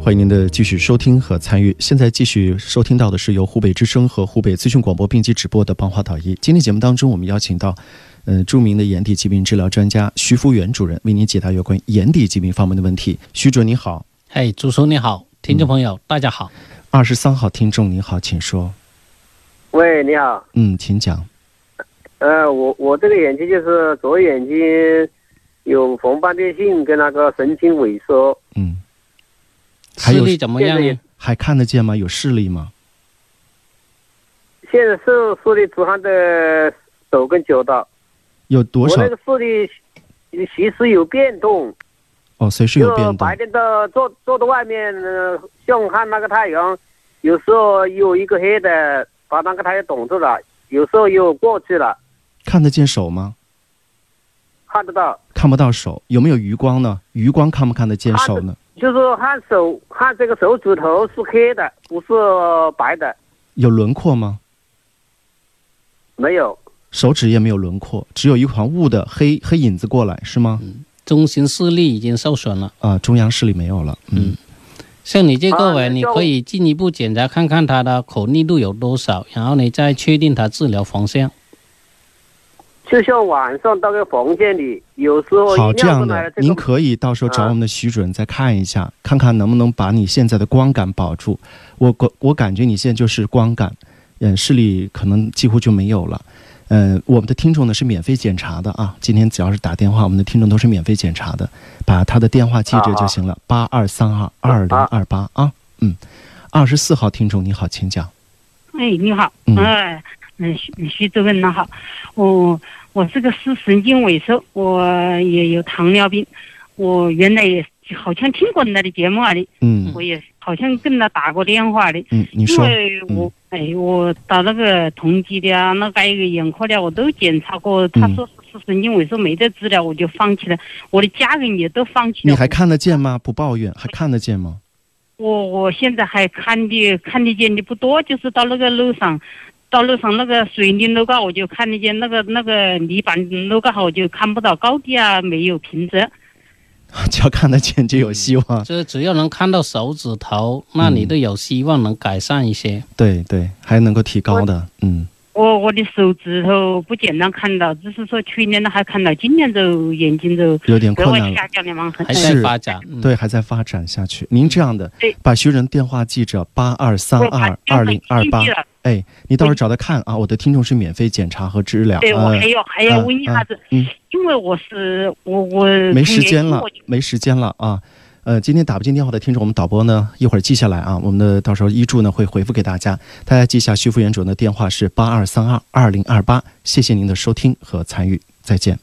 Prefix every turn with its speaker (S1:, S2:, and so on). S1: 欢迎您的继续收听和参与。现在继续收听到的是由湖北之声和湖北资讯广播并机直播的《帮话导医》。今天节目当中，我们邀请到，呃，著名的眼底疾病治疗专家徐福元主任，为您解答有关眼底疾病方面的问题。徐主任您好，
S2: 嘿，哎主持人你好，听众朋
S1: 嗯
S2: 友、大家好。
S1: 二十三号听众您好，请说。
S3: 喂，你好，
S1: 嗯，请讲。
S3: 呃，我我这个眼睛就是左眼睛有红斑变性跟那个神经萎缩，
S1: 嗯，还
S2: 视
S1: 有
S2: 力怎么样
S3: 现在也
S2: 呢？
S1: 还看得见吗？有视力吗？
S3: 现在视视力只看的手跟脚的，
S1: 有多
S3: 我
S1: 少
S3: 那？个视力其其实有变动，
S1: 哦，随时有
S3: 就
S1: 变
S3: 白
S1: 动。
S3: 天到坐坐到外面，呃像看那个太阳，有时候有一个黑的把那个太阳挡住了，有时候又过去了，
S1: 看得见手吗？
S3: 看得到，
S1: 看不到手。有没有余光呢？余光看不看得见手呢？
S3: 就是看手看这个手指头是黑的，不是白的，
S1: 有轮廓吗？
S3: 没有。
S1: 手指也没有轮廓，只有一团雾的黑黑影子过来，是吗？
S2: 中心视力已经受损了。
S1: 啊，中央视力没有了。嗯，
S2: 像你这个
S3: 啊
S2: 位，你
S3: 那就
S2: 可以进一步检查看看它的口密度有多少，然后你再确定它治疗方向。
S3: 就像晚上到个房间里，有时候
S1: 好，
S3: 一
S1: 这
S3: 亮
S1: 样
S3: 出来了
S1: 的，
S3: 这
S1: 您
S3: 个
S1: 可以到时候找
S3: 啊
S1: 我们的徐主任再看一下，看看能不能把你现在的光感保住。我我我感觉你现在就是光感，嗯，视力可能几乎就没有了。嗯，我们的听众呢是免费检查的啊，今天只要是打电话，我们的听众都是免费检查的，把他的电话记着就行了，八二三二二零二八啊，嗯，二十四号听众你好，请讲。
S4: 哎，你好，
S1: 嗯
S4: 哎嗯，徐徐主任，你好，我我是个视神经萎缩，我也有糖尿病，我原来也好像听过你的节目啊的，
S1: 嗯
S4: 我也好像跟他打过电话的，
S1: 嗯，你
S4: 因
S1: 说，
S4: 为我、哎，我打那个同济的啊，那个还有个眼科的啊，我都检查过，他
S1: 嗯
S4: 说是神经萎缩没得治疗，我就放弃了，我的家人也都放弃了，
S1: 你还看得见吗？不抱怨，还看得见吗？
S4: 我我现在还看的看得见的不多，就是到那个路上，到路上那个水泥楼高我就看得见，那个那个泥板楼高我就看不到高低啊，没有平整。
S1: 只要看得见就有希
S4: 嗯
S1: 望。
S2: 这只要能看到手指头，那你
S1: 嗯
S2: 都有希望能改善一些。
S1: 对对，还能够提高的。嗯，
S4: 我我的手指头不简单看到，只是说去年的还看到，今年就眼睛就
S1: 有点
S4: 格
S1: 困
S4: 外
S1: 难了。
S4: 下降的蛮狠
S2: 还。
S1: 是
S2: 在发展，嗯、
S1: 对，还在发展下去。您这样的
S4: 对，
S1: 把徐仁电话记着八二三
S4: 我把
S1: 二二零二八
S4: 记。了
S1: 哎，你到时候找他看啊。我的听众是免费检查和治疗。
S4: 对，我
S1: 呃
S4: 还要还要
S1: 嗯
S4: 问一下子
S1: 嗯嗯，
S4: 因为我是我我
S1: 没时间了
S4: 我就，
S1: 没时间了啊。呃，今天打不进电话的听众，我们导播呢一会儿记下来啊，我们的到时候医助呢会回复给大家，大家记一下徐副院主任的电话是八二三二二零二八，谢谢您的收听和参与，再见。